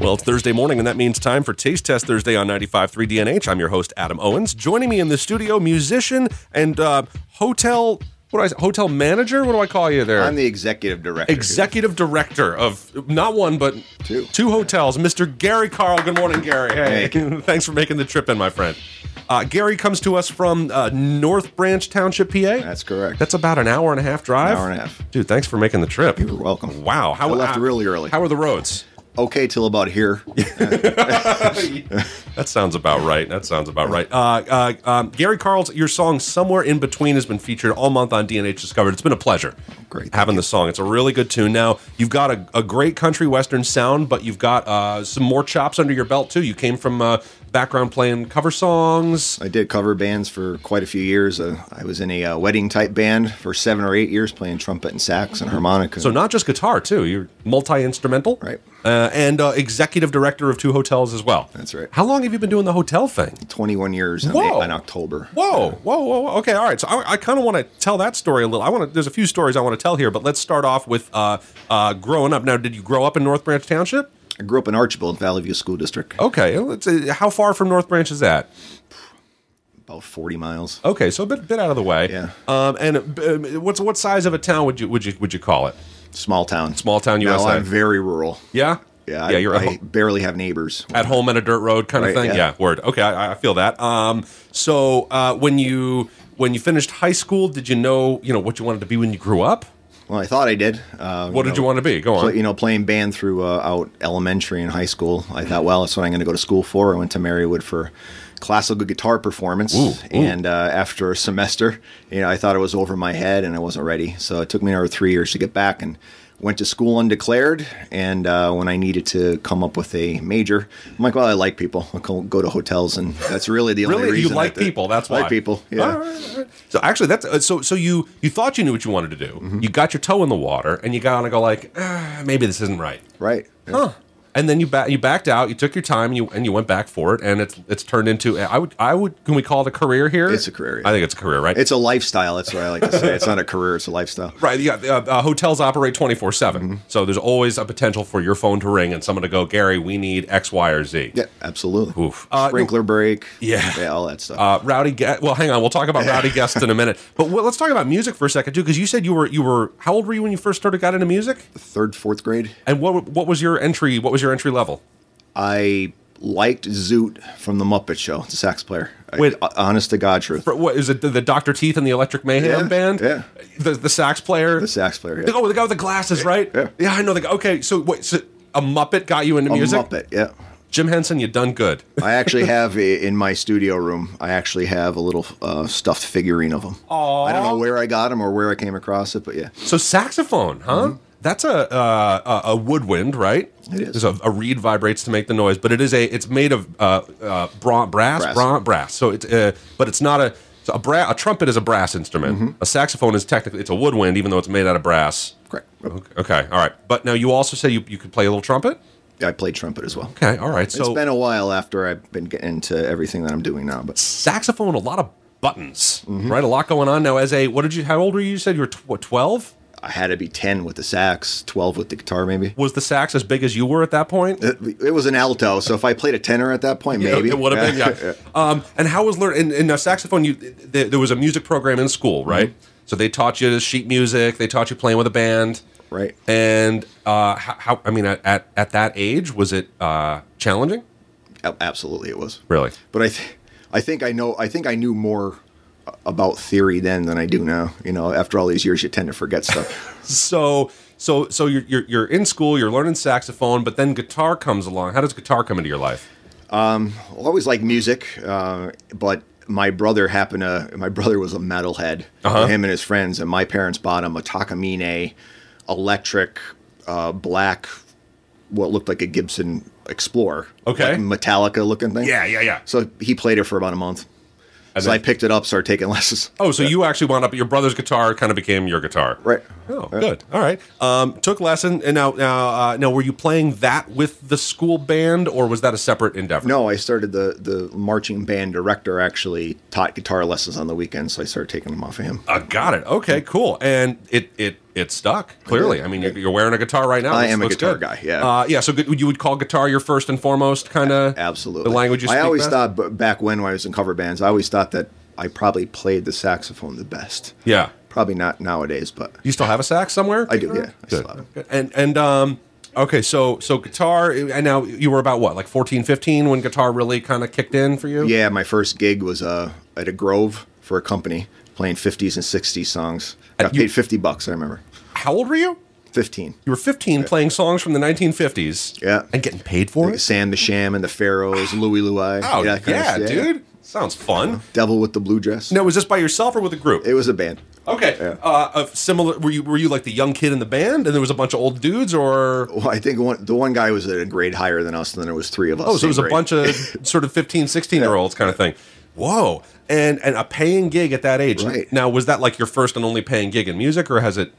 Well, it's Thursday morning, and that means time for Taste Test Thursday on 95.3 DNH. I'm your host, Adam Owens. Joining me in the studio, musician and uh, hotel, what do I say, hotel manager? What do I call you there? I'm the executive director. Executive director of not one, but Two. hotels, Mr. Gary Carl. Good morning, Gary. Hey, Hey. thanks for making the trip in, my friend. Uh, Gary comes to us from uh, North Branch Township, PA. That's correct. That's about an hour and a half drive. hour and a half. dude. Thanks for making the trip. You're welcome. Wow, how I left really early. How are the roads? okay till about here. That sounds about right. That sounds about right. Uh, uh, um, Gary Carl's your song "Somewhere in Between" has been featured all month on DNH Discovered. It's been a pleasure great. having the song. It's a really good tune. Now you've got a, a great country western sound, but you've got uh, some more chops under your belt too. You came from uh, background playing cover songs. I did cover bands for quite a few years. Uh, I was in a uh, wedding type band for seven or eight years, playing trumpet and sax and harmonica. So not just guitar too. You're multi instrumental, Right. Uh, and uh, executive director of two hotels as well. That's right. How long have you been doing the hotel thing? 21 years in, Whoa. in October. Whoa, whoa, whoa, whoa. Okay, all right. So I, I kind of want to tell that story a little. I want to. There's a few stories I want to tell here, but let's start off with uh, uh, growing up. Now, did you grow up in North Branch Township? I grew up in Archibald, Valley View School District, Okay, let's, uh, how far from North Branch is that? about 40 miles. Okay, so a bit, bit out of the way. Yeah. Um, and uh, what's what size of a town would you would you would you call it? Small town. Small town Now USA. I'm very rural. Yeah. Yeah, I, yeah. You're at I home. barely have neighbors. at home in a dirt road kind of Right, thing. Yeah. yeah. word. Okay, I, I feel that. Um, so uh, when you when you finished high school, did you know you know what you wanted to be when you grew up? Well, I thought I did. Uh, What did you want to be? Go on. Play, you know, playing band throughout elementary and high school, I thought, well, that's what I'm going to go to school for. I went to Marywood for classical guitar performance, and uh, after a semester, you know, I thought it was over my head and I wasn't ready. So it took me another three years to get back and went to school undeclared. And uh, when I needed to come up with a major, I'm like, well, I like people. I'll go- go to hotels, and that's really the only Really, you reason. I like did- people. That's I why. like people. Yeah. All right, all right. So actually, that's uh, so. So you you thought you knew what you wanted to do. Mm-hmm. You got your toe in the water, and you got to go like, ah, maybe this isn't right. Right. Huh. And then you ba- you backed out. You took your time. And you and you went back for it, and it's it's turned into. I would I would can we call it a career here? It's a career, yeah. I think it's a career, right? It's a lifestyle. That's what I like to say. It's not a career. It's a lifestyle. Right. Yeah. Uh, uh, hotels operate 24 Mm-hmm. 7. So there's always a potential for your phone to ring and someone to go, Gary, we need X, Y, or Z. Yeah, absolutely. Oof. Uh, Sprinkler break. Yeah. all that stuff. Uh, rowdy guest. Well, hang on. We'll talk about rowdy guests in a minute. But well, let's talk about music for a second too, because you said you were you were how old were you when you first started got into music? Third, fourth grade. And what what was your entry? What was your entry level? I liked Zoot from the Muppet Show, the sax player. I- Wait. uh, honest to God, truth. For, what is it? The, the Doctor Teeth and the Electric Mayhem Yeah, band? yeah. The the sax player. The sax player. The, Yeah. oh, the guy with the glasses, right? yeah. I know the guy. Okay, so wait, so a Muppet got you into A music? Muppet. Yeah. Jim Henson, you done good. I actually have a, in my studio room. I actually have a little uh, stuffed figurine of him. Oh. I don't know where I got him or where I came across it, but yeah, So saxophone, huh? That's a, uh, a a woodwind, right? Mm-hmm. It is. There's A, a reed vibrates to make the noise, but it is a it's made of uh, uh, bra- brass, brass, Brass. brass. So it's uh, but it's not a so a, bra- a trumpet is a brass instrument. Mm-hmm. A saxophone is technically it's a woodwind, even though it's made out of brass. correct. Okay, okay, all right. But now you also say you you could play a little trumpet. I played trumpet as well. Okay, all right. It's So been a while after I've been getting into everything that I'm doing now, but saxophone, a lot of buttons, Mm-hmm. right? A lot going on now. As a what did you? How old were you? You said you were tw- what twelve. I had to be ten with the sax, twelve with the guitar, maybe. Was the sax as big as you were at that point? It, it was an alto, so if I played a tenor at that point, Yeah, maybe it would have been. Yeah. um, and how was learn? And, and now saxophone. You th- there was a music program in school, right? So they taught you sheet music. They taught you playing with a band, Right. And uh, how, how? I mean, at, at at that age, was it uh, challenging? A- Absolutely, it was. Really? But I, th- I think I know. I think I knew more a- about theory then than I do now. You know, after all these years, you tend to forget stuff. So so so you're you're, you're in school. You're learning saxophone, but then guitar comes along. How does guitar come into your life? I always like music, uh, but my brother happened to. My brother was a metalhead. Uh-huh. Him and his friends, and my parents bought him a Takamine electric uh, black, what looked like a Gibson Explorer. Okay. like Metallica looking thing. Yeah, yeah, yeah. So he played it for about a month. And so then- I picked it up, started taking lessons. Oh, so you actually wound up your brother's guitar kind of became your guitar, Right. Oh, good. All right. Um, took lesson, and now now uh, now were you playing that with the school band, or was that a separate endeavor? No, I started the the marching band director actually taught guitar lessons on the weekends, so I started taking them off of him. Uh, got it. Okay, cool. And it it It stuck clearly. I mean, you're- you're wearing a guitar right now. I This am a looks guitar good. guy, yeah. uh, yeah. So good, you would call guitar your first and foremost kind of Absolutely. the language you speak. I always best? thought b- back when, when I was in cover bands, I always thought that I probably played the saxophone the best. Yeah. Probably not nowadays, but Do you still have a sax somewhere? I do. Guitar? Yeah, I still have it. Good. And and um okay, so so guitar and now you were about what? Like 14, 15 when guitar really kind of kicked in for you? Yeah, my first gig was uh, at a Grove for a company playing 50s and 60s songs. And Got you- paid 50 bucks, I remember. How old were you? 15. You were 15 playing songs from the 1950s. Yeah. And getting paid for it? Sam the Sham and the Pharaohs, Louie Louie. Oh, yeah, that kind of stuff. dude. Sounds fun. Devil with the Blue Dress. Now, was this by yourself or with a group? It was a band. okay. Uh, of similar were you were you like the young kid in the band and there was a bunch of old dudes or Well, I think one, the one guy was at a grade higher than us, and then there was three of us. Oh, so it same was a grade. bunch of sort of 15, 16 year olds kind of thing. Whoa. And and a paying gig at that age. Right. Now, was that like your first and only paying gig in music or has it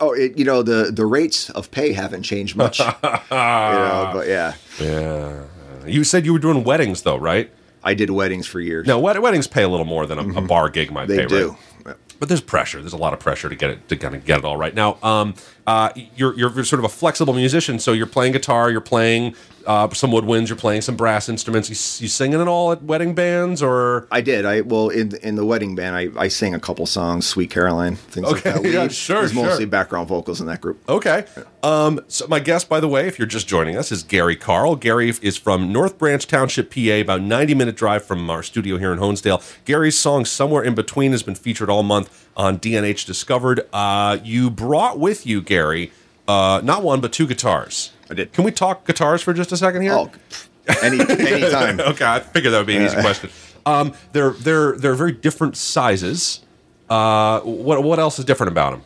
Oh, it, you know the the rates of pay haven't changed much. you know, but yeah, Yeah. You said you were doing weddings though, right? I did weddings for years. No, wed- weddings pay a little more than a, a bar gig might Mm-hmm. they pay, do. right? But there's pressure. There's a lot of pressure to get it to kind of get it all right. Now, um, uh, you're you're sort of a flexible musician, so you're playing guitar, you're playing uh, some woodwinds, you're playing some brass instruments. You, s- you singing it all at wedding bands, or I did. I well in in the wedding band, I, I sang a couple songs, "Sweet Caroline," things Okay, like that. yeah, Lead sure, was sure. Oh. mostly background vocals in that group. Okay. Um, so my guest, by the way, if you're just joining us, is Gary Carl. Gary is from North Branch Township, PA, about 90 minute drive from our studio here in Honesdale. Gary's song "Somewhere in Between" has been featured all month on DNH Discovered. Uh, you brought with you, Gary, uh, not one but two guitars. I did. Can we talk guitars for just a second here? Oh, any anytime. okay, I figured that would be an easy question. Um, they're they're they're very different sizes. Uh, what what else is different about them?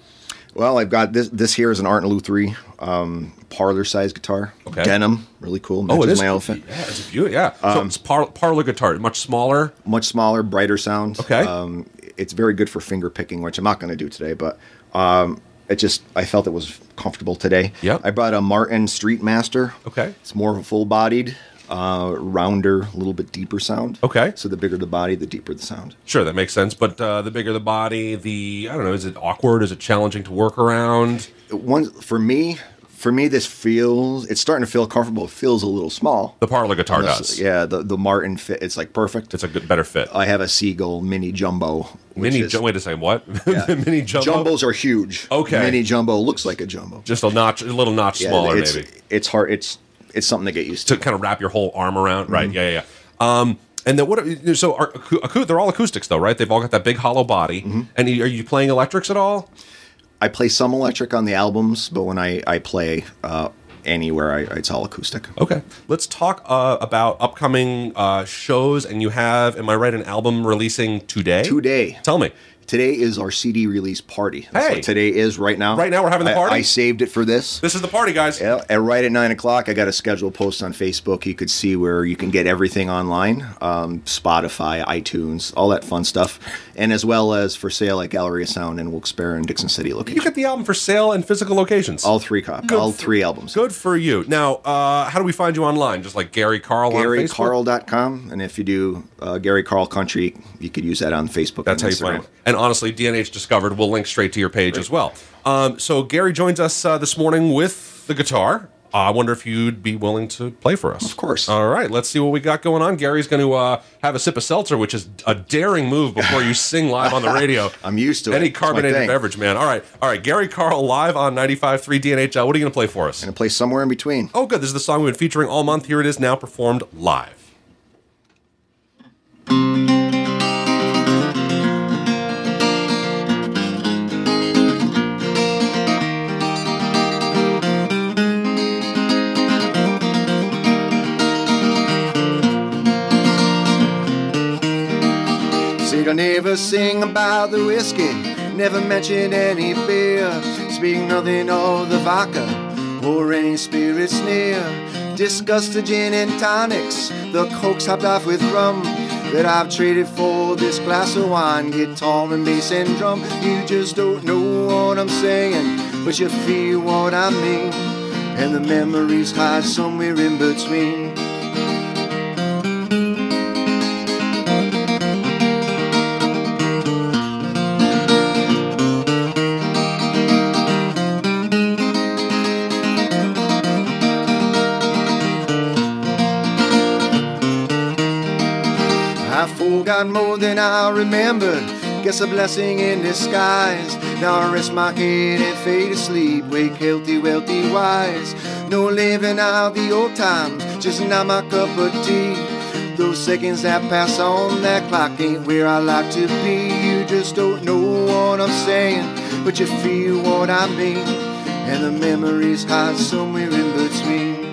Well, I've got this. This here is an Art and Lou three um, parlor size guitar, Okay. denim, really cool. Oh, it matches is. my elephant. Um, Yeah, it's a beauty. Yeah. so it's par- parlor guitar, much smaller. much smaller, brighter sound. Okay. Um, it's very good for finger picking, which I'm not going to do today, but um, it just I felt it was comfortable today. Yep. I brought a Martin Street Master. Okay. It's more full bodied, uh, rounder, a little bit deeper sound. Okay. So the bigger the body, the deeper the sound. Sure, that makes sense. But uh, the bigger the body, the I don't know. Is it awkward? Is it challenging to work around? One for me, for me, this feels it's starting to feel comfortable. It feels a little small. The parlor guitar does. Yeah, the the Martin fit. It's like perfect. It's a good, better fit. I have a seagull mini jumbo. which mini. is- ju- wait a second. What? mini jumbo. Jumbos are huge. Okay. Mini jumbo looks like a jumbo. Just a notch, a little notch Yeah, smaller, it's, maybe It's hard. It's it's something to get used to to. kind of wrap your whole arm around. Right. Mm-hmm. Yeah. Yeah. yeah. Um, and then what? Are, so are, acou- acou- they're all acoustics, though, right? They've all got that big hollow body. Mm-hmm. And are you playing electrics at all? I play some electric on the albums, but when I I play uh, anywhere, I, it's all acoustic. Okay. Let's talk uh, about upcoming uh, shows. And you have, am I right, an album releasing today? Today, Tell me. today is our CD release party. That's Hey. what today is right now. Right now we're having the I- party? I, saved it for this. This is the party, guys. Yeah, and right at nine o'clock, I got a scheduled post on Facebook. You could see where you can get everything online, um, Spotify, iTunes, all that fun stuff, and as well as for sale at Gallery of Sound in Wilkes-Barre and Dixon City You location. get the album for sale in physical locations. All three cop, all for- three albums. Good for you. Now, uh, how do we find you online? Just like Gary Carl on Facebook? GaryCarl.com. And if you do uh, Gary Carl Country, you could use that on Facebook. That's how and you find Instagram. it. And honestly, DNH Discovered will link straight to your page as well. Um, so Gary joins us uh, this morning with the guitar. Uh, I wonder if you'd be willing to play for us. Of course. All right, let's see what we got going on. Gary's going to uh, have a sip of seltzer, which is a daring move before you sing live on the radio. I'm used to it. Any It's my carbonated thing. beverage, man. All right, all right. Gary Carl live on 95.3 DNH. Uh, what are you going to play for us? And play somewhere in between. Oh, good. This is the song we've been featuring all month. Here it is now performed live. See, don't ever sing about the whiskey. Never mention any beer. Speak nothing of the vodka or any spirits near. Discuss the gin and tonics. The cokes hopped off with rum that I've traded for this glass of wine. Guitar and bass and drum. You just don't know what I'm saying, but you feel what I mean. And the memories hide somewhere in between. got more than I remembered. Guess a blessing in disguise. Now I rest my head and fade asleep. Wake healthy, wealthy, wise. No living out the old times, just not my cup of tea. Those seconds that pass on that clock ain't where I like to be. You just don't know what I'm saying, but you feel what I mean. And the memories hide somewhere in between.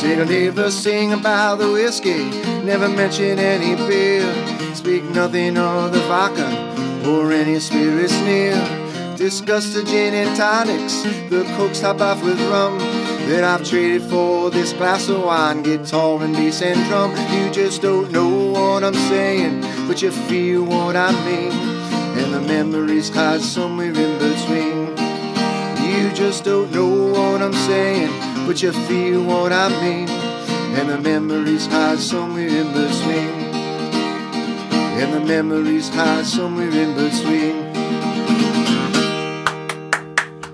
Said I never sing about the whiskey, never mention any beer. Speak nothing of the vodka or any spirits near. Discuss the gin and tonics, the cokes top off with rum. That I've traded for this glass of wine, guitar and bass and drum. You just don't know what I'm saying, but you feel what I mean. And the memories tied somewhere in between. You just don't know what I'm saying, but you feel what I mean. And the memories hide somewhere in between. And the memories hide somewhere in between.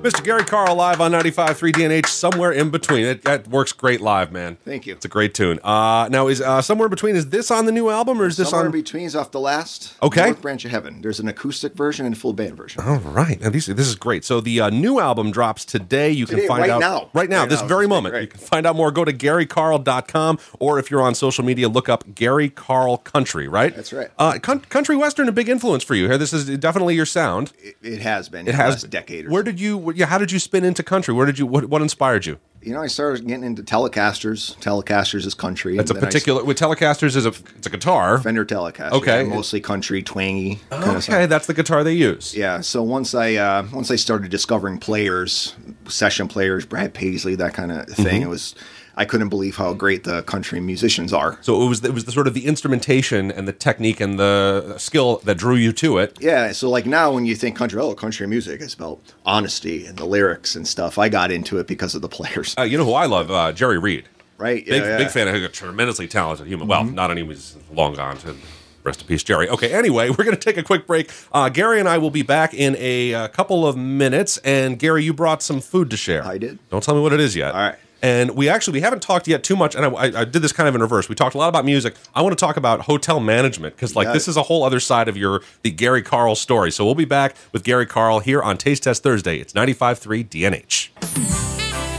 Mr. Gary Carl live on 95.3 DNH, somewhere in between. It, that works great live, man. Thank you. It's a great tune. Uh, now, is uh, somewhere in between? Is this on the new album, or is this Somewhere on? in between's off the last Okay. Uh-huh. North Branch of Heaven. There's an acoustic version and a full band version. All right. Now these, this is great. So the uh, new album drops today. You can Today, find right out now. right now, Right this now. very It's been moment. great. You can find out more. Go to GaryCarl.com or if you're on social media, look up Gary Carl Country, right? That's right. Uh, con- country Western, a big influence for you here. This is definitely your sound. It, it has been. It has the last decade. Or Where did you, wh- yeah, how did you spin into country? Where did you, what, what inspired you? so. You know, I started getting into Telecasters. Telecasters is country. It's a particular, with Telecasters is a, it's a guitar. Fender Telecaster. Okay. Oh, yeah, mostly country, twangy. kind of Okay. That's the guitar they use. Yeah. So once I uh, once I started discovering players, session players, Brad Paisley, that kind Mm-hmm. of thing, it was I couldn't believe how great the country musicians are. So it was, it was the sort of the instrumentation and the technique and the skill that drew you to it. Yeah. So like now, when you think country, oh, country music is about honesty and the lyrics and stuff. I got into it because of the players, Uh, you know who I love? Uh, Jerry Reed. right? Big, yeah, yeah. Mm-hmm. big fan of a tremendously talented human. Well, not anymore. He's long gone. To rest in peace, Jerry. Okay. Anyway, we're going to take a quick break. Uh, Gary and I will be back in a uh, couple of minutes. And Gary, you brought some food to share. I did. Don't tell me what it is yet. All right. And we actually we haven't talked yet too much, and I, I, I did this kind of in reverse. We talked a lot about music. I want to talk about hotel management because like got this it. is a whole other side of your the Gary Carl story. So we'll be back with Gary Carl here on Taste Test Thursday. It's 95.3 DNH.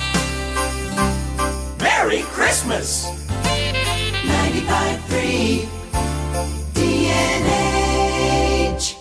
Merry Christmas! 95.3 DNH.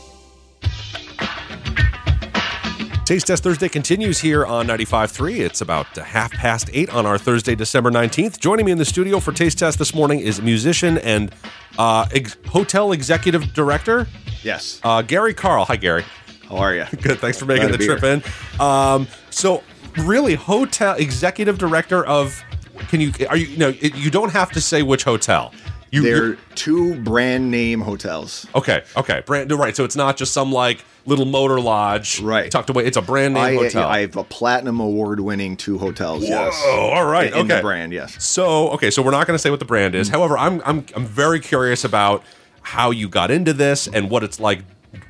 Taste Test Thursday continues here on 95.3. It's about uh, half past eight on our Thursday, December 19th. Joining me in the studio for Taste Test this morning is musician and uh, ex- hotel executive director, Yes. uh, Gary Carl. Hi, Gary. how are you? Good. Thanks for making Glad the to be trip here. in. Um, so, really, hotel executive director of, can you, are you, no, it- you don't have to say which hotel. You, They're you- two brand name hotels. okay, okay. Brand, right. So, it's not just some like little motor lodge Right. tucked away. It's a brand name I, hotel. I have a platinum award winning two hotels. Yes. Oh, all right. In okay. the brand, yes. So, okay, so we're not going to say what the brand is. However, I'm I'm I'm very curious about how you got into this and what it's like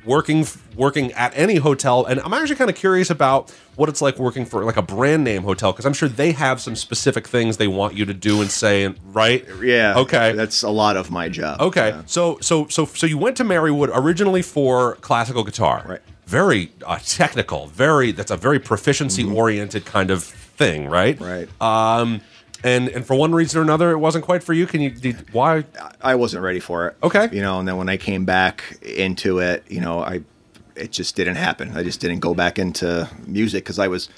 working working at any hotel and I'm actually kind of curious about what it's like working for like a brand name hotel because I'm sure they have some specific things they want you to do and say and right? Yeah. Okay. That's a lot of my job. Uh, Okay. Yeah. So so so so you went to Marywood originally for classical guitar. Right. Very uh, technical. Very that's a very proficiency oriented kind of thing, right? Mm-hmm. Right. Um and and for one reason or another it wasn't quite for you. Can you did, why I wasn't ready for it. Okay. You know, and then when I came back into it, you know, I it just didn't happen. I just didn't go back into music because I was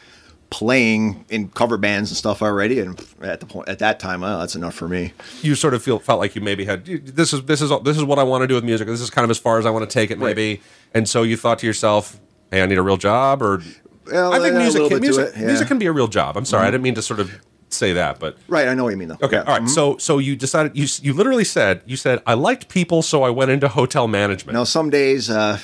playing in cover bands and stuff already. And at the point at that time, oh, that's enough for me. you sort of feel felt like you maybe had you- this is this is all- this is what I want to do with music. This is kind of as far as I want to take it maybe. And so you thought to yourself, "Hey, I need a real job or Well, I think yeah, a music little can, bit to music, it, yeah. Mm-hmm. music can be a real job. I'm sorry. I didn't mean to sort of say that, but Right. I know what you mean though. Okay. Yeah. All right. So so you decided you you literally said you said I liked people, so I went into hotel management. Now some days uh,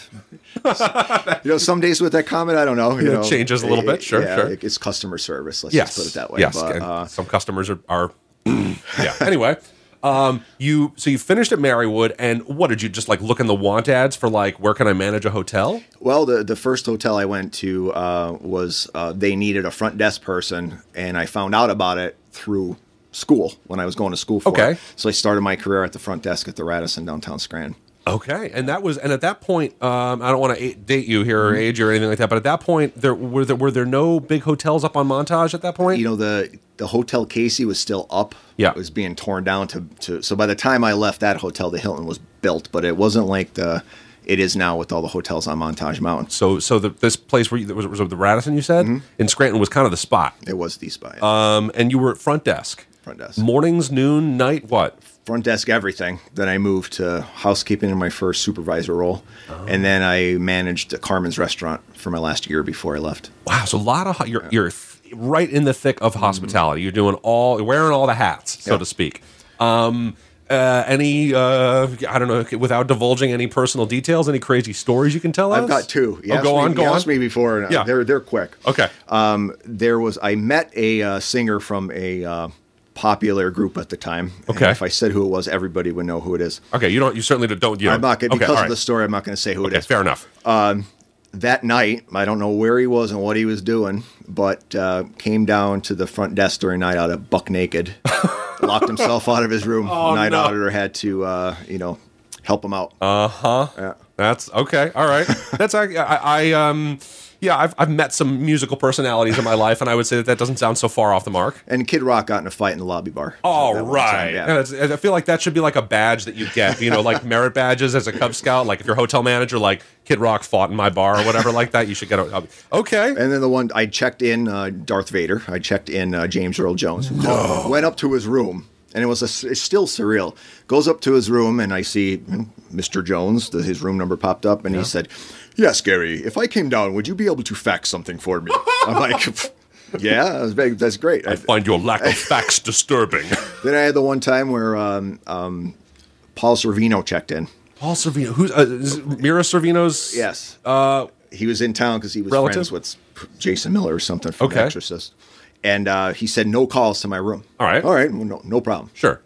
you know, some days with that comment, I don't know. You Yeah, it know, changes a little bit. Sure, yeah, sure. It's customer service. Let's yes, just put it that way. Yes, But, and uh, some customers are. are yeah. Anyway, um, you so you finished at Marywood, and what did you just like look in the want ads for like where can I manage a hotel? well, the the first hotel I went to uh, was uh, they needed a front desk person, and I found out about it through school when I was going to school for Okay. it. So I started my career at the front desk at the Radisson downtown Scranton. Okay, and that was and at that point, um, I don't want to date you here Mm-hmm. or age you or anything like that, but at that point, there were there were there no big hotels up on Montage at that point. you know the the hotel Casey was still up. Yeah. it was being torn down to to. So by the time I left that hotel, the Hilton was built, but it wasn't like the it is now with all the hotels on Montage Mountain. so so the, this place where you, that was, was the Radisson you said Mm-hmm. in Scranton was kind of the spot, It was the spot. um, and you were at front desk, Front desk. mornings, noon, night, what? front desk everything. Then I moved to housekeeping in my first supervisor role, Oh. and then I managed Carmen's restaurant for my last year before I left. Wow, so a lot of ho- you're you're th- right in the thick Mm-hmm. of hospitality. You're doing all you're wearing all the hats, so Yeah. to speak. Um, uh, any uh, I don't know without divulging any personal details, any crazy stories you can tell us? I've got two. You Oh, asked go me, on, you go on. asked me before. and, uh, Yeah. they're they're quick. Okay. um, there was I met a uh, singer from a uh, popular group at the time. and Okay. if I said who it was, everybody would know who it is. Okay, you don't. You certainly don't. You I'm don't- not gonna, Oh, okay, because all of right. the Uh, story. I'm not going to say who Okay, it is. fair enough. That night, I don't know where he was and what he was doing, but uh, came down to the front desk during night out of buck naked, locked himself out of his room. night Oh, no. Uh. auditor had to, uh, you know, help him out. That's okay. All right. That's I. I, I um. Yeah, I've, I've met some musical personalities in my life, and I would say that that doesn't sound so far off the mark. and Kid Rock got in a fight in the lobby bar. All That one right. time, yeah. And it's- I feel like that should be like a badge that you get, you know, like merit badges as a Cub Scout. Like if your hotel manager, like Kid Rock fought in my bar or whatever like that, you should get a. Okay. And then the one I checked in uh, Darth Vader. I checked in uh, James Earl Jones. Went up to his room, and it was a s it's still surreal. Goes up to his room, and I see mm, Mr. Jones. The, his room number popped up, and he said, "Yes, Gary. If I came down, would you be able to fax something for me?" I'm like. Yeah, that's big- that's great. I- Find your lack of facts disturbing. then I had the one time where um, um, Paul Servino checked in. Paul Servino, who's uh, is it Mira Servino's? Yes, Uh, he was in town because he was Relative? friends with Jason Miller or something from Okay. The Exorcist. And uh, he said, no calls to my room. All right. All right. Well, no, no problem. sure.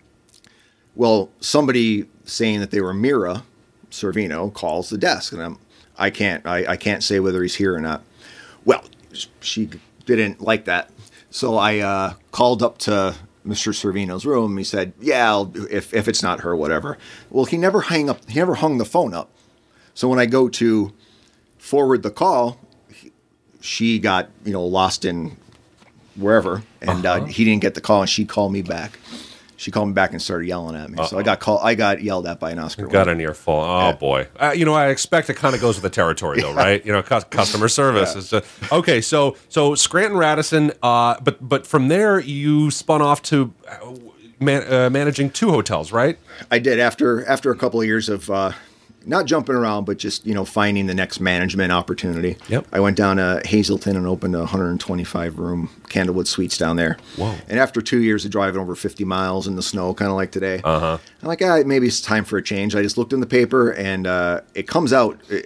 Well, somebody saying that they were Mira Servino calls the desk. And I'm, I can't, I, I can't say whether he's here or not. Well, she didn't like that. So I uh, called up to Mr. Servino's room. He said, yeah, I'll, if, if it's not her, whatever. Well, he never hung up. He never hung the phone up. So when I go to forward the call, he- she got you know lost in wherever, and uh he didn't get the call, and she called me back. She called me back and started yelling at me. So I got call I got yelled at by an Oscar. Got winner. an earful. Oh boy. Uh, you know, I expect it kind of goes with the territory, though, right? You know, cu- customer service is uh okay. So, so Scranton Radisson, uh, but but from there you spun off to uh, man, uh, managing two hotels, right? I did after after a couple of years of uh, not jumping around, but just you know finding the next management opportunity. Yep. I went down to Hazleton and opened a 125 room Candlewood Suites down there. Whoa. And after two years of driving over 50 miles in the snow, kind of like today, uh-huh. I'm like, ah, maybe it's time for a change. I just looked in the paper, and uh, it comes out uh,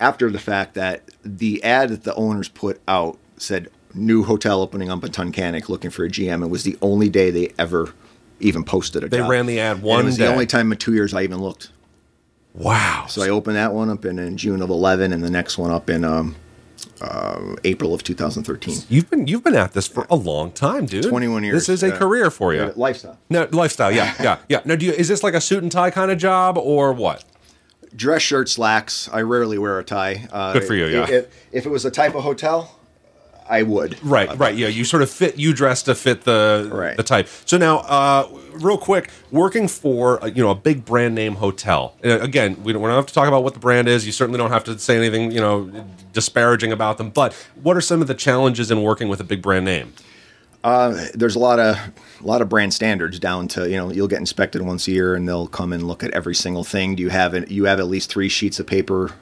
after the fact that the ad that the owners put out said new hotel opening up in Tuncanic looking for a GM. It was the only day they ever even posted a They job. ran the ad And one it was day. the only time in two years I even looked. Wow. So I opened that one up in, in June of 11, and the next one up in um, uh, April of 2013. you've been you've been at this for a long time, dude. 21 years, This is a yeah. career for you. Yeah, Lifestyle. no lifestyle. Yeah, yeah, yeah. Now, do you is this like a suit and tie kind of job or what? Dress shirt, slacks. I rarely wear a tie. Uh, Good for you, i- yeah. If, if it was a type of hotel, I would. Right, right. Yeah, you sort of fit. You dress to fit the Right. the type. So now, uh, real quick, working for uh, you know a big brand name hotel. Uh, again, we don't, we don't have to talk about what the brand is. You certainly don't have to say anything you know disparaging about them. But what are some of the challenges in working with a big brand name? There's a lot of a lot of brand standards down to you know you'll get inspected once a year and they'll come and look at every single thing. Do you have an, you have at least three sheets of paper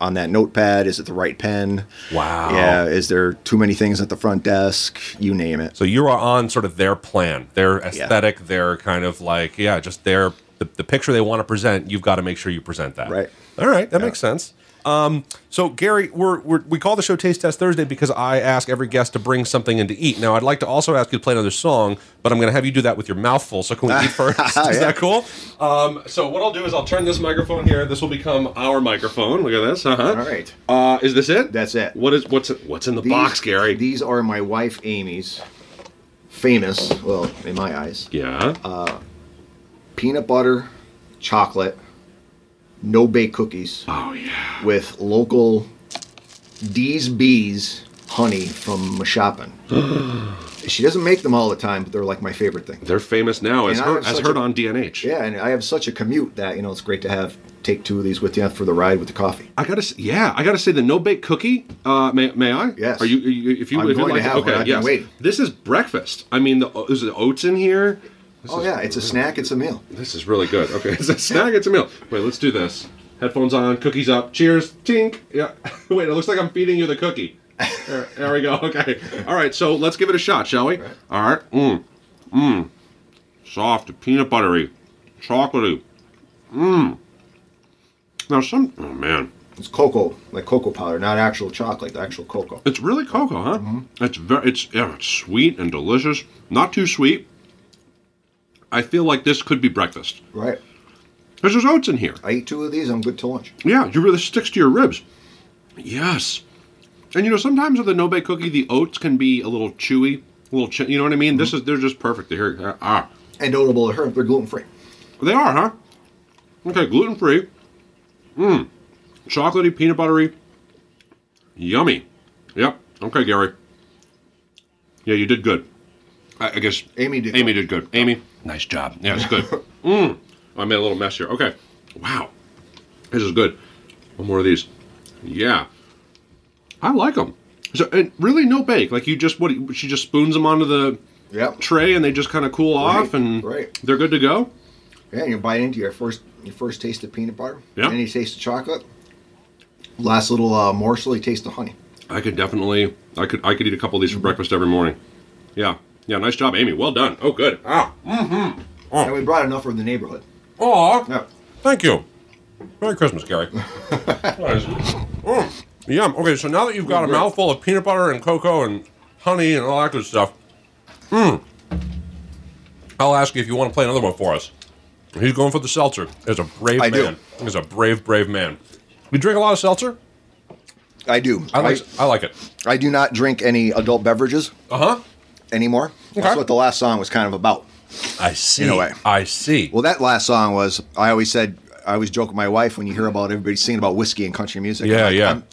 on that notepad? Is it the right pen? Wow. Yeah. Is there too many things at the front desk? You name it. So you are on sort of their plan, their aesthetic, their kind of like yeah, just their the, the picture they want to present. You've got to make sure you present that. Right. All right, that makes sense. Um, so Gary, we're, we're we call the show Taste Test Thursday because I ask every guest to bring something in to eat. Now I'd like to also ask you to play another song, but I'm going to have you do that with your mouth full. So can we eat first? Is Yeah. that cool? Um, so what I'll do is I'll turn this microphone here. This will become our microphone. Look at this. Uh-huh. All right. Uh Is this it? That's it. What is what's what's in the These- box, Gary? These are my wife Amy's famous, well, in my eyes, yeah. Uh, peanut butter, chocolate, no bake cookies oh yeah. with local D's Bees honey from Meshoppin. she doesn't make them all the time, but they're like my favorite thing. They're famous now as And I her, have as such heard a- on DNH. Yeah, and I have such a commute that you know it's great to have take two of these with you for the ride with the coffee. I gotta, s- yeah, I gotta say the no bake cookie. Uh, may, may I? Yes. Are you? Are you if you, I'm if you'd going like to have one. I've been yes. waiting. This is breakfast. I mean, the, there's oats in here. This Oh is- yeah, it's a snack, it's a meal. This is really good. Okay, it's a snack. It's a meal. Wait, let's do this. Headphones on, cookies up. Cheers. Tink. Yeah. Wait, it looks like I'm feeding you the cookie. There, there we go. Okay. All right. So let's give it a shot, shall we? All right. Mmm. Mmm. Soft, peanut buttery, chocolatey. Mmm. Now some. Oh man. It's cocoa, like cocoa powder, not actual chocolate, actual cocoa. It's really cocoa, huh? It's very it's yeah, it's sweet and delicious. Not too sweet. I feel like this could be breakfast. Right. There's just oats in here. I eat two of these, I'm good to lunch. Yeah, you really sticks to your ribs. Yes. And you know, sometimes with the no bake cookie, the oats can be a little chewy, a little, ch- you know what I mean. This is they're just perfect to hear. Ah, And notable to her, they're gluten free. they are, huh? Okay, gluten free. Mmm, chocolatey, peanut buttery. Yummy. Yep. Okay, Gary. Yeah, you did good. I, I guess Amy did Amy did good. Amy, nice job. Yeah, it's good. Mmm. I made a little mess here. Okay. Wow. This is good. One more of these. Yeah. I like them. So, and really, no bake. Like you just what she just spoons them onto the Yep. tray, and they just kind of cool off, Right, and right. they're good to go. Yeah, you bite into your first your first taste of peanut butter. Yeah. Then you taste the chocolate. Last little uh, morsel, you taste the honey. I could definitely, I could, I could eat a couple of these for breakfast every morning. Yeah, yeah. Nice job, Amy. Well done. Oh, good. Ah, And we brought enough for the neighborhood. aw. Yeah. Thank you. Merry Christmas, Gary. mm, yum. Okay, so now that you've got a mouthful of peanut butter and cocoa and honey and all that good stuff, mm, I'll ask you if you want to play another one for us. He's going for the seltzer. He's a brave I do. man. He's a brave, brave man. You drink a lot of seltzer? I do. I like, I like it. I do not drink any adult beverages Uh huh. anymore. Okay. That's what the last song was kind of about. I see. In a way. I see. Well, that last song was. I always said. I always joke with my wife when you hear about everybody singing about whiskey and country music. Yeah, I'm like, yeah. I'm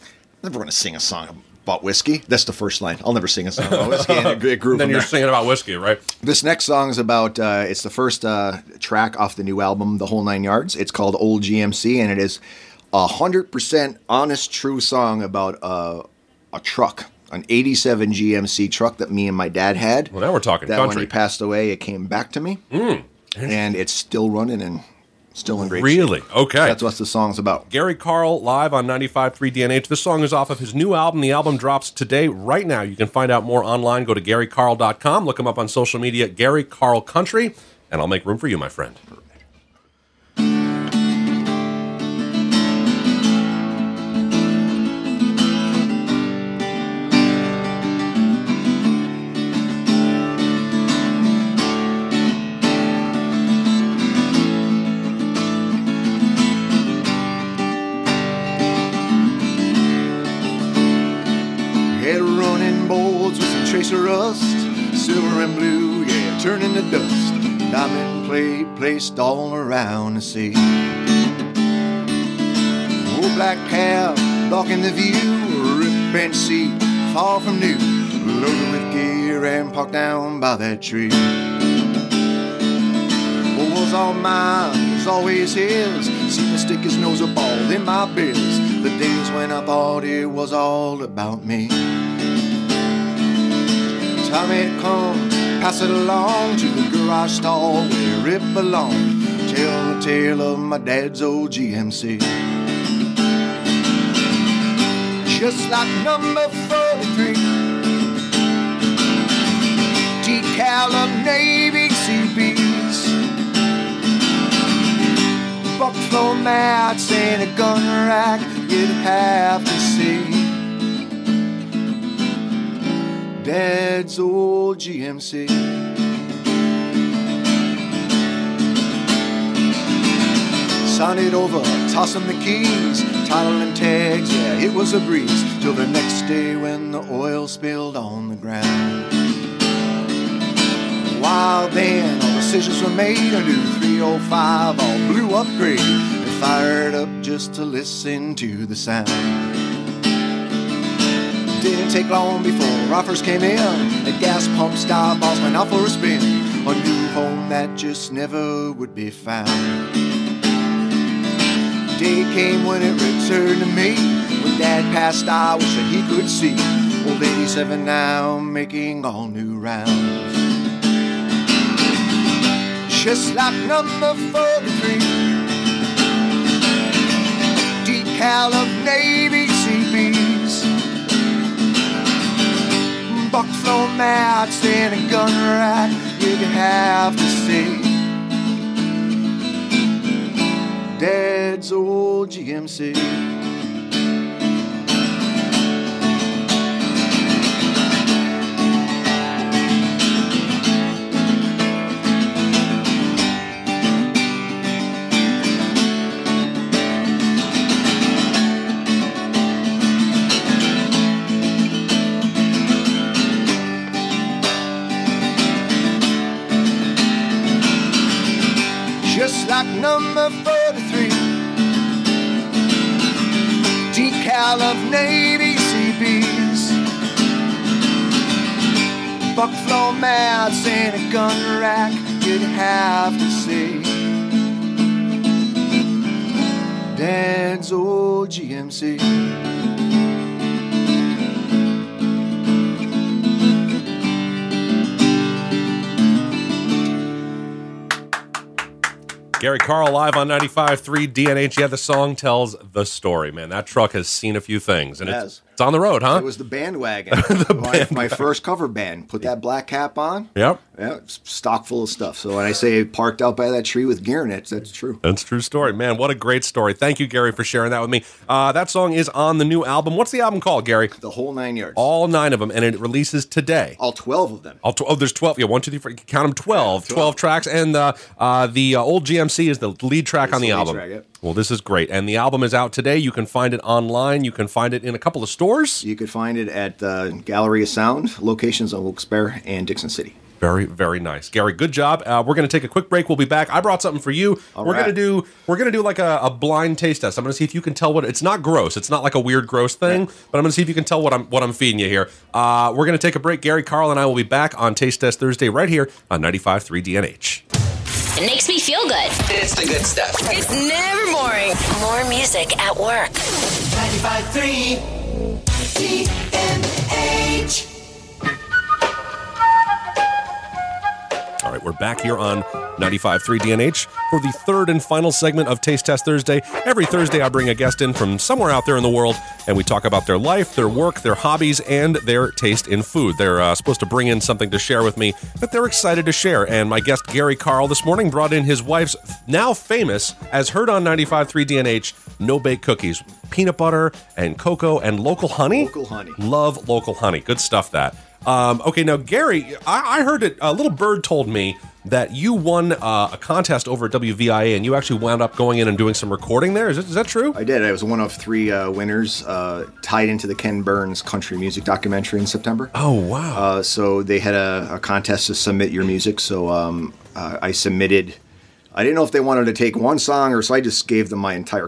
never going to sing a song about whiskey. That's the first line. I'll never sing a song about whiskey. And it, it grew then from you're there. singing about whiskey, right? This next song is about. Uh, it's the first uh, track off the new album, The Whole Nine Yards. It's called Old GMC, and it is a hundred percent honest, true song about uh, a truck, an '87 GMC truck that me and my dad had. Well, now we're talking that when country. Mm. he passed away, it came back to me, and it's still running and still in great shape. really? Okay. That's what the song's about. Gary Carl live on 95.3 DNH. This song is off of his new album. The album drops today, right now. You can find out more online. Go to GaryCarl.com. Look him up on social media, Gary Carl Country, and I'll make room for you, my friend. Head running boards with some tracer rust, silver and blue, yeah, turning to dust. Diamond plate placed all around the sea. Old black cab blocking the view, rip and see, far from new, loaded with gear and parked down by that tree. What was all mine was always his. Seen him stick his nose up all in my biz. The days when I thought it was all about me. Time had come, pass it along to the garage stall where it belonged. Tell the tale of my dad's old GMC. Just like number 43, decal of Navy sea beats. bucked for mats in a gun rack, you'd have to see. Dad's old GMC. Sign it over, toss him the keys, title and tags, yeah, it was a breeze. Till the next day when the oil spilled on the ground. While then, all decisions were made, a new 305 all blew up great. And fired up just to listen to the sound. Didn't take long before offers came in. The gas pump style balls went off for a spin. A new home that just never would be found day came when it returned to me. When Dad passed, I wish that he could see. Old 87 now making all new rounds. Just like number 43. Decal of Navy CBs. Buck flow mats and a gun rack. You'd have to see. Dad's old GMC. Just like number 43. Decal of Navy CBs. Buck flow mats and a gun rack, you'd have to see. Dan's old GMC. Gary Carl live on 95.3 DNH. Yeah, the song tells the story, man. That truck has seen a few things, and It it's, has. it's on the road, huh? It was the bandwagon. my, my first cover band. Put that black cap on. yep, Yeah, it's stock full of stuff. So when I say parked out by that tree with gear in it, that's true. that's a true story, man. What a great story! Thank you, Gary, for sharing that with me. Uh, that song is on the new album. What's the album called, Gary? The whole nine yards. All nine of them, and it releases today. all 12 of them. All tw- oh, there's 12. Yeah, one, two, three, four. Count them 12. 12, tracks. And uh, uh, the uh, old GMC is the lead track on the, the lead album. track, yep. Well, this is great. And the album is out today. You can find it online. You can find it in a couple of stores. You could find it at uh, Gallery of Sound, locations on Wilkes-Barre and Dixon City. Very, very nice, Gary. Good job. Uh, we're gonna take a quick break. We'll be back. I brought something for you. we're right. gonna do we're gonna do like a, a blind taste test. I'm gonna see if you can tell what it's not gross. It's not like a weird gross thing, but I'm gonna see if you can tell what I'm what I'm feeding you here. Uh, we're gonna take a break. Gary, Carl, and I will be back on Taste Test Thursday right here on 95.3 DNH. It makes me feel good. It's the good stuff. It's never boring. More music at work. 95.3 DNH. All right, we're back here on 95.3 DNH for the third and final segment of Taste Test Thursday. Every Thursday, I bring a guest in from somewhere out there in the world, and we talk about their life, their work, their hobbies, and their taste in food. They're uh, supposed to bring in something to share with me that they're excited to share. And my guest, Gary Carl, this morning brought in his wife's now famous, as heard on 95.3 DNH, no bake cookies, peanut butter and cocoa and local honey. Local honey. Love local honey. Good stuff. That. Um, okay, now Gary, I, I heard it. A little bird told me that you won uh, a contest over at WVIA, and you actually wound up going in and doing some recording there. Is, that- is that true? I did. I was one of three uh, winners uh, tied into the Ken Burns country music documentary in September. oh wow. Uh, so they had a, a contest to submit your music. So um, uh, I submitted. I didn't know if they wanted to take one song or so. I just gave them my entire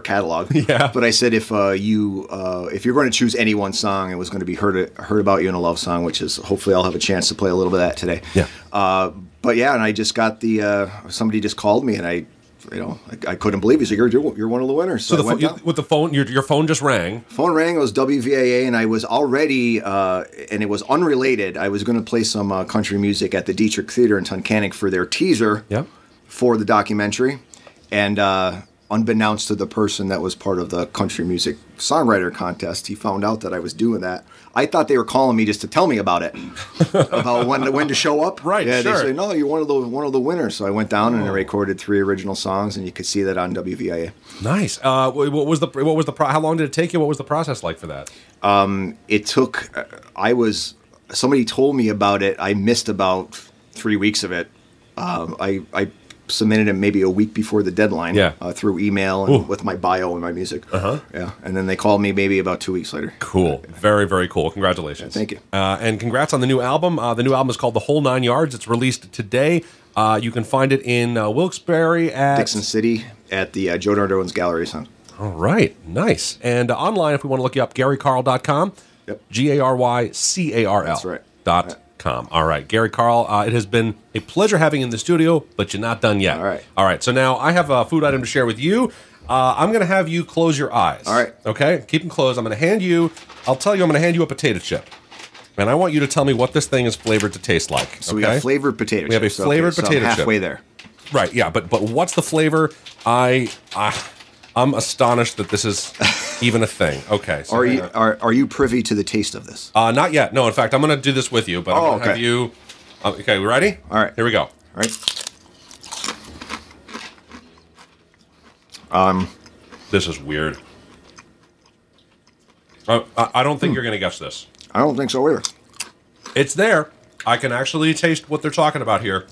catalog. Yeah. But I said if uh, you uh, if you're going to choose any one song, it was going to be heard heard about you in a love song, which is hopefully I'll have a chance to play a little bit of that today. Yeah. Uh, but yeah, and I just got the uh, somebody just called me and I. You know, I, I couldn't believe. it. He's like, "You're you're one of the winners." so I the went pho- you- down with the phone, your, your phone just rang. phone rang. It was WVAA, and I was already, uh, and it was unrelated. I was going to play some uh, country music at the Dietrich Theater in Tunkhannock for their teaser Yep. for the documentary, and uh, unbeknownst to the person that was part of the country music songwriter contest, he found out that I was doing that. I thought they were calling me just to tell me about it, about when when to show up. Right, Yeah. sure. They say no, you're one of the one of the winners. So I went down and I recorded three original songs, and you could see that on WVIA. Nice. Uh, wh- what was the what was the pro- how long did it take you? What was the process like for that? it took uh, i was somebody told me about it i missed about three weeks of it um, I, I submitted it maybe a week before the deadline Yeah. uh, through email and Ooh. with my bio and my music uh-huh. yeah and then they called me maybe about two weeks later Cool. Very very cool. Congratulations. Thank you. Uh, and congrats on the new album. Uh, the new album is called The Whole Nine Yards. It's released today. Uh, you can find it in uh, Wilkes-Barre at dixon city at the uh, joe dardone's gallery son All right, nice. And uh, online, if we want to look you up, GaryCarl.com. Yep. G A R Y C A R L. That's right. Dot com. All right, Gary Carl, uh, it has been a pleasure having you in the studio, but you're not done yet. All right. All right, so now I have a food item to share with you. Uh, I'm going to have you close your eyes. All right. Okay, keep them closed. I'm going to hand you, I'll tell you, I'm going to hand you a potato chip. And I want you to tell me what this thing is flavored to taste like. so we got flavored potato We have a chips. flavored so I'm potato chip. halfway there Right. Yeah. But but what's the flavor? I I I'm astonished that this is even a thing. Okay. So are hang you on. are, are you privy to the taste of this Uh, not yet. No. In fact, I'm gonna do this with you. But I'm Oh, gonna have okay. you. uh, okay. We ready? All right. Here we go. all right This is weird. I I, I don't Hmm. think you're gonna guess this. i don't think so either It's there. I can actually taste what they're talking about here.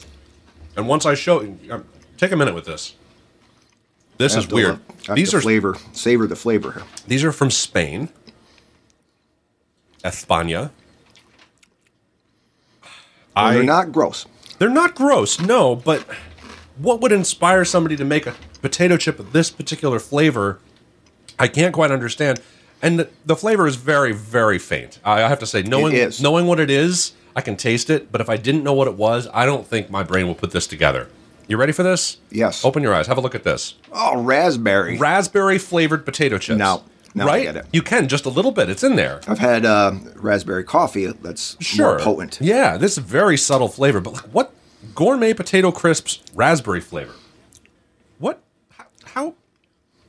And once I show, um, take a minute with this. This I is have to, weird. uh, I have These to are flavor savor the flavor here These are from Spain, España. And I, they're not gross They're not gross, no. But what would inspire somebody to make a potato chip of this particular flavor? I can't quite understand. And the, the flavor is very, very faint. I, I have to say, knowing is. knowing what it is, I can taste it. But if I didn't know what it was, I don't think my brain will put this together. You ready for this? Yes. Open your eyes. Have a look at this. oh raspberry Raspberry flavored potato chips. No. No, I right? get it. You can just a little bit. It's in there. I've had uh, raspberry coffee that's sure more potent. Yeah, this is very subtle flavor, but like what gourmet potato crisps raspberry flavor? What? How? how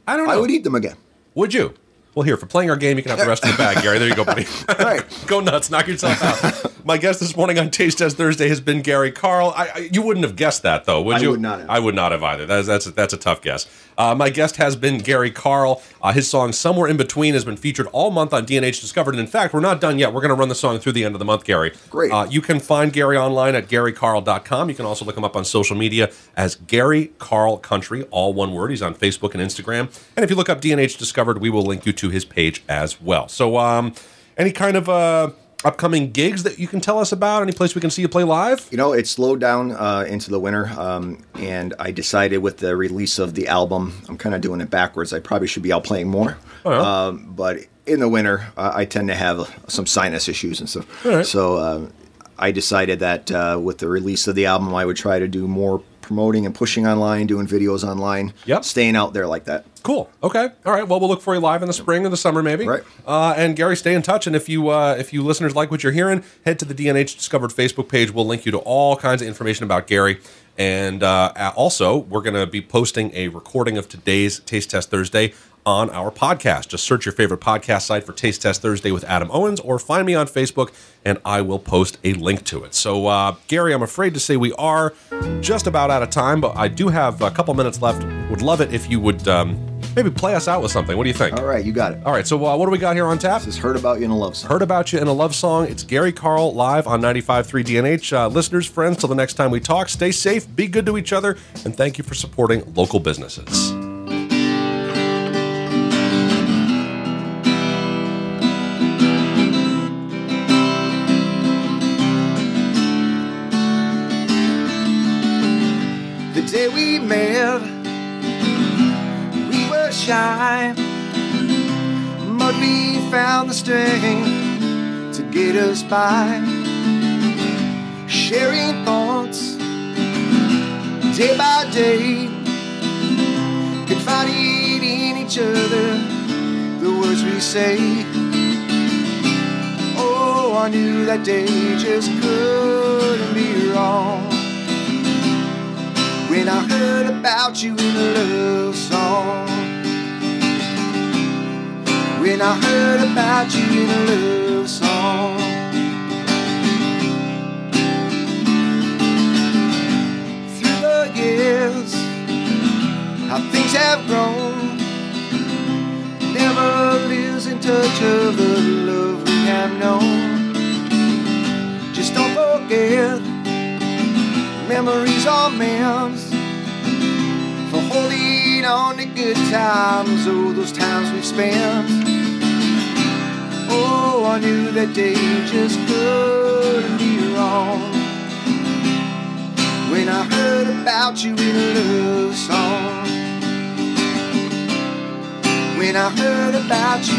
I don't know. I would eat them again. Would you? Well, here for playing our game, you can have the rest of the bag, Gary. There you go, buddy. All right. go nuts, knock yourself out. My guest this morning on Taste Test Thursday has been Gary Carl. I, I, you wouldn't have guessed that, though, would I you? would not have. I would not have either. That's that's a, that's a tough guess. Uh, my guest has been Gary Carl. Uh, his song "Somewhere in Between" has been featured all month on DNH Discovered, and in fact, we're not done yet. We're going to run the song through the end of the month, Gary. Great. Uh, you can find Gary online at garycarl.com. You can also look him up on social media as Gary Carl Country, all one word. He's on Facebook and Instagram. And if you look up DNH Discovered, we will link you to his page as well. So, um, any kind of uh, upcoming gigs that you can tell us about? Any place we can see you play live? You know, it slowed down uh, into the winter, um, and I decided with the release of the album, I'm kind of doing it backwards. I probably should be out playing more. Oh, yeah. um, but in the winter, uh, I tend to have some sinus issues and stuff. All right. So uh, I decided that uh, with the release of the album, I would try to do more promoting and pushing online, doing videos online, Yep. staying out there like that. Cool. Okay. All right. Well, we'll look for you live in the spring or the summer, maybe. Right. Uh, and Gary, stay in touch. And if you uh, if you listeners like what you're hearing, head to the DNH Discovered Facebook page. We'll link you to all kinds of information about Gary. And uh, uh, also, we're going to be posting a recording of today's Taste Test Thursday on our podcast. Just search your favorite podcast site for Taste Test Thursday with Adam Owens, or find me on Facebook, and I will post a link to it. So, uh, Gary, I'm afraid to say we are just about out of time, but I do have a couple minutes left. Would love it if you would um, maybe play us out with something. What do you think? All right, you got it. All right, so uh, what do we got here on tap? This is Heard About You in a Love Song. Heard about you in a love song. It's Gary Carl live on 95.3 DNH. Uh, listeners, friends, till the next time we talk, stay safe, be good to each other, and thank you for supporting local businesses. The day we met, we were shy, but we found the strength to get us by. Sharing thoughts day by day, confiding in each other the words we say. Oh, I knew that day just couldn't be wrong. when I heard about you in a love song. When I heard about you in a love song. Through the years, how things have grown. Never losing touch of the love we have known. Just don't forget memories are meant for holding on to good times, oh, those times we've spent. Oh, I knew that day just couldn't be wrong when I heard about you in a love song. When I heard about you